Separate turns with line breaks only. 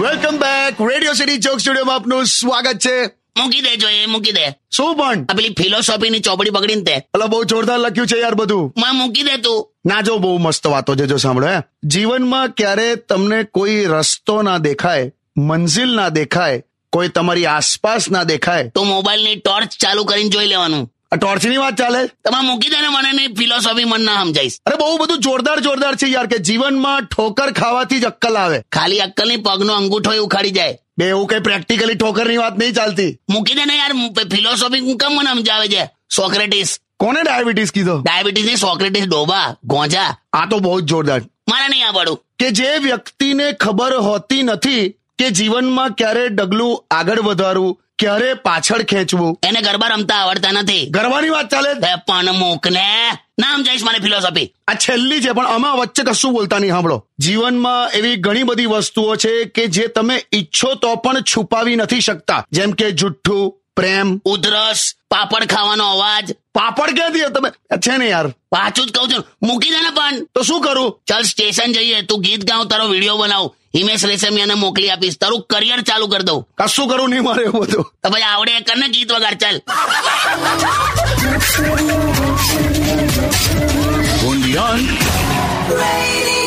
Welcome back radio city ચોક સ્ટુડિયોમાં આપનું સ્વાગત છે
મૂકી દેજો એ મૂકી દે
શું પણ
આ પેલી ફિલોસોફીની ચોપડી પકડીને તે
અલા બહુ જોરદાર લખ્યું છે યાર બધું
માં મૂકી દે તું
ના જો બહુ મસ્ત વાતો છે જો સાંભળો હે જીવનમાં ક્યારે તમને કોઈ રસ્તો ના દેખાય મંજિલ ના દેખાય કોઈ તમારી આસપાસ ના દેખાય
તો મોબાઈલની ટોર્ચ ચાલુ કરીને જોઈ લેવાનું
આ ટોર્ચની વાત ચાલે
તમે મૂકી દે ને મને નહીં ફિલોસોફી મન ના સમજાઈશ
અરે બહુ બધું જોરદાર જોરદાર છે યાર કે જીવનમાં ઠોકર ખાવાથી જ અક્કલ આવે
ખાલી અક્કલની પગનો અંગૂઠો એ ઉખાડી જાય
બે એવું કઈ પ્રેક્ટિકલી ઠોકરની વાત નહીં ચાલતી
મૂકી દે ને યાર ફિલોસોફી હું કેમ મને સમજાવે છે સોક્રેટિસ
કોને ડાયાબિટીસ કીધો
ડાયાબિટીસ ની સોક્રેટિસ ડોબા ગોંજા
આ તો બહુ જ જોરદાર
મારે નહીં આવડું
કે જે વ્યક્તિને ખબર હોતી નથી કે જીવનમાં ક્યારે ડગલું આગળ વધારવું ક્યારે પાછળ ખેંચવું
એને ગરબા રમતા આવડતા નથી
ગરબાની વાત ચાલે
બે પણ મૂક ને ના સમજાઈશ મને ફિલોસોફી
આ છેલ્લી છે પણ આમાં વચ્ચે કશું બોલતા નહીં સાંભળો જીવનમાં એવી ઘણી બધી વસ્તુઓ છે કે જે તમે ઈચ્છો તો પણ છુપાવી નથી શકતા જેમ કે જુઠ્ઠું પ્રેમ
ઉધરસ પાપડ ખાવાનો અવાજ
પાપડ ક્યાંથી આવે? તમે છે ને યાર
પાછું જ કહું છું મૂકી દે ને પણ
તો શું કરું
ચાલ સ્ટેશન જઈએ તું ગીત ગાઉં તારો વિડીયો બનાવ હિમેશ રેશમિયાને મોકલી આપીશ તારું કરિયર ચાલુ કરી દઉં
કશું કરું નહીં મારે એવું બધું
તો પછી આવડે એ કરને ગીત વગાડ ચાલ
Radio